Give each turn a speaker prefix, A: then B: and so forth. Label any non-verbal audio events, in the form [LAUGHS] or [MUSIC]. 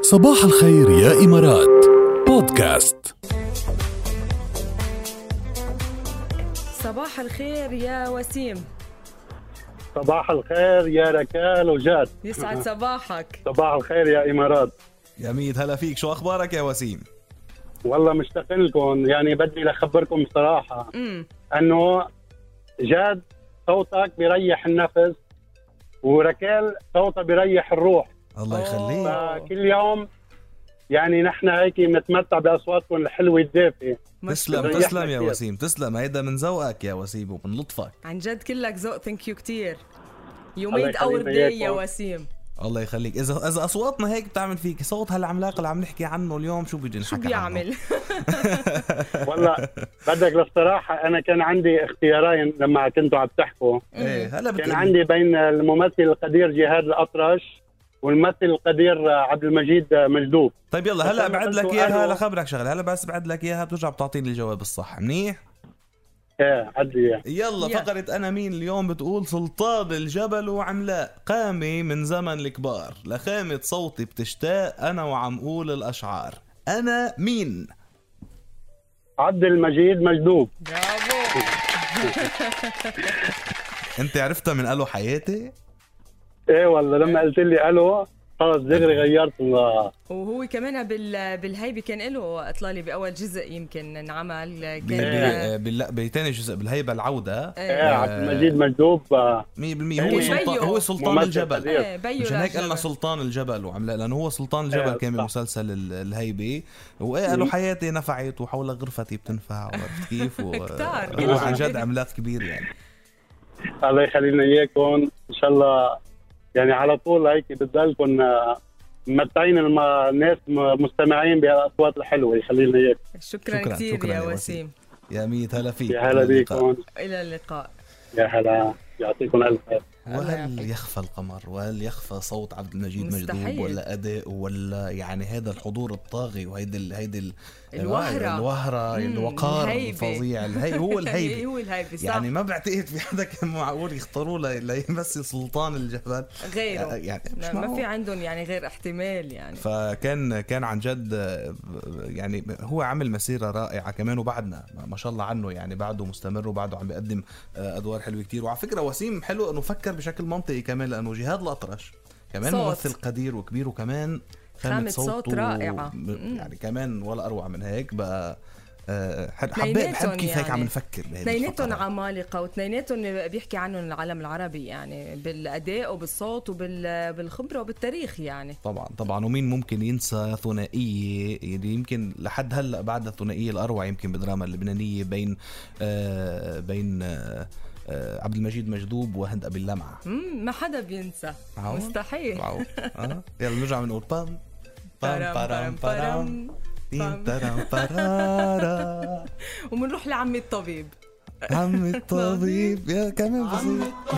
A: صباح الخير يا إمارات بودكاست
B: صباح الخير يا وسيم
C: صباح الخير يا ركال وجاد
D: [LAUGHS]
B: يسعد صباحك
C: صباح الخير يا امارات
D: يا ميت هلا فيك شو اخبارك يا وسيم
C: والله مشتاقين لكم يعني بدي اخبركم بصراحه
B: امم
C: انه جاد صوتك بيريح النفس وركال صوتها بيريح الروح
D: الله
C: آه،
D: يخليك
B: أوه.
C: فكل يوم يعني نحن هيك بنتمتع باصواتكم الحلوه الدافئه
D: تسلم
C: بيريحنا
D: تسلم يا
C: كتير.
D: وسيم تسلم هيدا من ذوقك يا وسيم ومن لطفك
B: عن جد كلك ذوق ثانك يو كثير يو
C: الله
B: ميد اور
C: يخلينا
B: داي يا
C: إياكم.
B: وسيم
D: الله يخليك اذا اذا اصواتنا هيك بتعمل فيك صوت هالعملاق اللي عم نحكي عنه اليوم شو بيجي
B: شو
D: نحكي عنه؟
B: بيعمل؟
C: والله بدك للصراحه انا كان عندي اختيارين لما كنتوا عم تحكوا
D: ايه هلا
C: كان
D: بتقول
C: عندي بين الممثل القدير جهاد الاطرش والممثل القدير عبد المجيد مجدوب
D: طيب يلا هلا
C: بس أنا
D: بعد لك
C: قلت
D: اياها
C: ألو.
D: لخبرك شغله هلا بس بعد لك اياها بترجع بتعطيني الجواب الصح منيح
C: ايه عدي إياه.
D: يلا
B: يلا.
D: فقرة أنا مين اليوم بتقول سلطان الجبل وعملاق قامي من زمن الكبار لخامة صوتي بتشتاق أنا وعم قول الأشعار أنا مين
C: عبد المجيد مجدوب
B: برافو
D: أنت عرفتها من ألو حياتي
C: ايه والله لما قلت لي الو خلص دغري غيرت ال-
B: [LAUGHS] وهو كمان بال بالهيبه كان له اطلالي باول جزء يمكن انعمل
D: ب-
C: إيه.
B: كان آه،
D: ب- آه، بال- بتاني جزء بالهيبة العودة
C: ايه
B: ايه
C: عبد المجيد مجدوب آه،
D: 100% هو
C: إيه.
D: سلطان
B: بيو.
D: هو سلطان
C: ممثل
D: الجبل
C: قدير.
B: إيه، بيو
D: مشان هيك قلنا
B: للجبل.
D: سلطان الجبل وعملاق لأنه هو سلطان الجبل
C: إيه،
D: كان
C: صح. إيه.
D: بمسلسل ال- الهيبة وإيه قالوا حياتي نفعت وحول غرفتي بتنفع وعرفت
C: [LAUGHS]
D: كيف و...
B: كتار.
D: هو آه، عن جد عملاق كبير يعني
C: الله يخلينا اياكم ان شاء الله يعني على طول هيك بتضلكم آه، ممتعين الم- الناس م- مستمعين بهالاصوات الحلوه يخلينا اياكم
B: شكرا
D: شكراً-
B: كثير
D: شكراً
B: يا
D: يا
B: وسيم
D: يا ميت هلا فيك
C: يا هلا
D: إلى اللقاء.
C: بيكم
B: الى اللقاء
C: يا هلا يعطيكم الف خير
D: وهل يخفى القمر وهل يخفى صوت عبد المجيد مجدوب
B: مستحيل.
D: ولا أداء ولا يعني هذا الحضور الطاغي وهيدي ال... هيدي ال... آه،
B: الوهرة.
D: الوهرة
B: مم،
D: آه، الوقار
B: الهيبة.
D: الفظيع
B: [LAUGHS]
D: الهي... هو الهيبة
B: هو الهيبه صح
D: يعني ما بعتقد في حدا كان معقول يختاروه لي- ليمثل سلطان الجبل
B: غيره
D: يعني مش
B: لا، ما
D: معقول.
B: في عندهم يعني غير احتمال يعني
D: فكان كان عن جد آه، يعني هو عامل مسيره رائعه كمان وبعدنا ما شاء الله عنه يعني بعده مستمر وبعده عم بيقدم آه، ادوار حلوه كتير وعلى فكره وسيم حلو انه فكر بشكل منطقي كمان لانه جهاد الاطرش كمان
B: صوت.
D: ممثل قدير وكبير وكمان
B: خامة
D: خامة
B: صوت
D: صوته
B: رائعة.
D: م-
B: مم.
D: يعني كمان ولا اروع من هيك بقى آه، حب- حبيت بحب
B: اثنيناتهم
D: كيف هيك عم
B: يعني.
D: نفكر بهيدي
B: اثنيناتهم
D: الفقرة.
B: عمالقه واثنيناتهم بيحكي عنهم العالم العربي يعني بالاداء وبالصوت وبالخبره وبالتاريخ يعني
D: طبعا طبعا ومين ممكن ينسى ثنائيه اللي يمكن لحد هلا بعد الثنائيه الاروع يمكن بالدراما اللبنانيه بين آه بين آه آه عبد المجيد مجذوب وهند ابي اللمعه
B: مم، ما حدا بينسى
D: معقول؟
B: مستحيل
D: معقول آه؟ يلا نرجع بنقول بام بام
B: طرم، طرم،
D: بام بام
B: طرم.
D: تين ترم برارا
B: ومنروح لعمي الطبيب
D: عم الطبيب يا كمان بسيط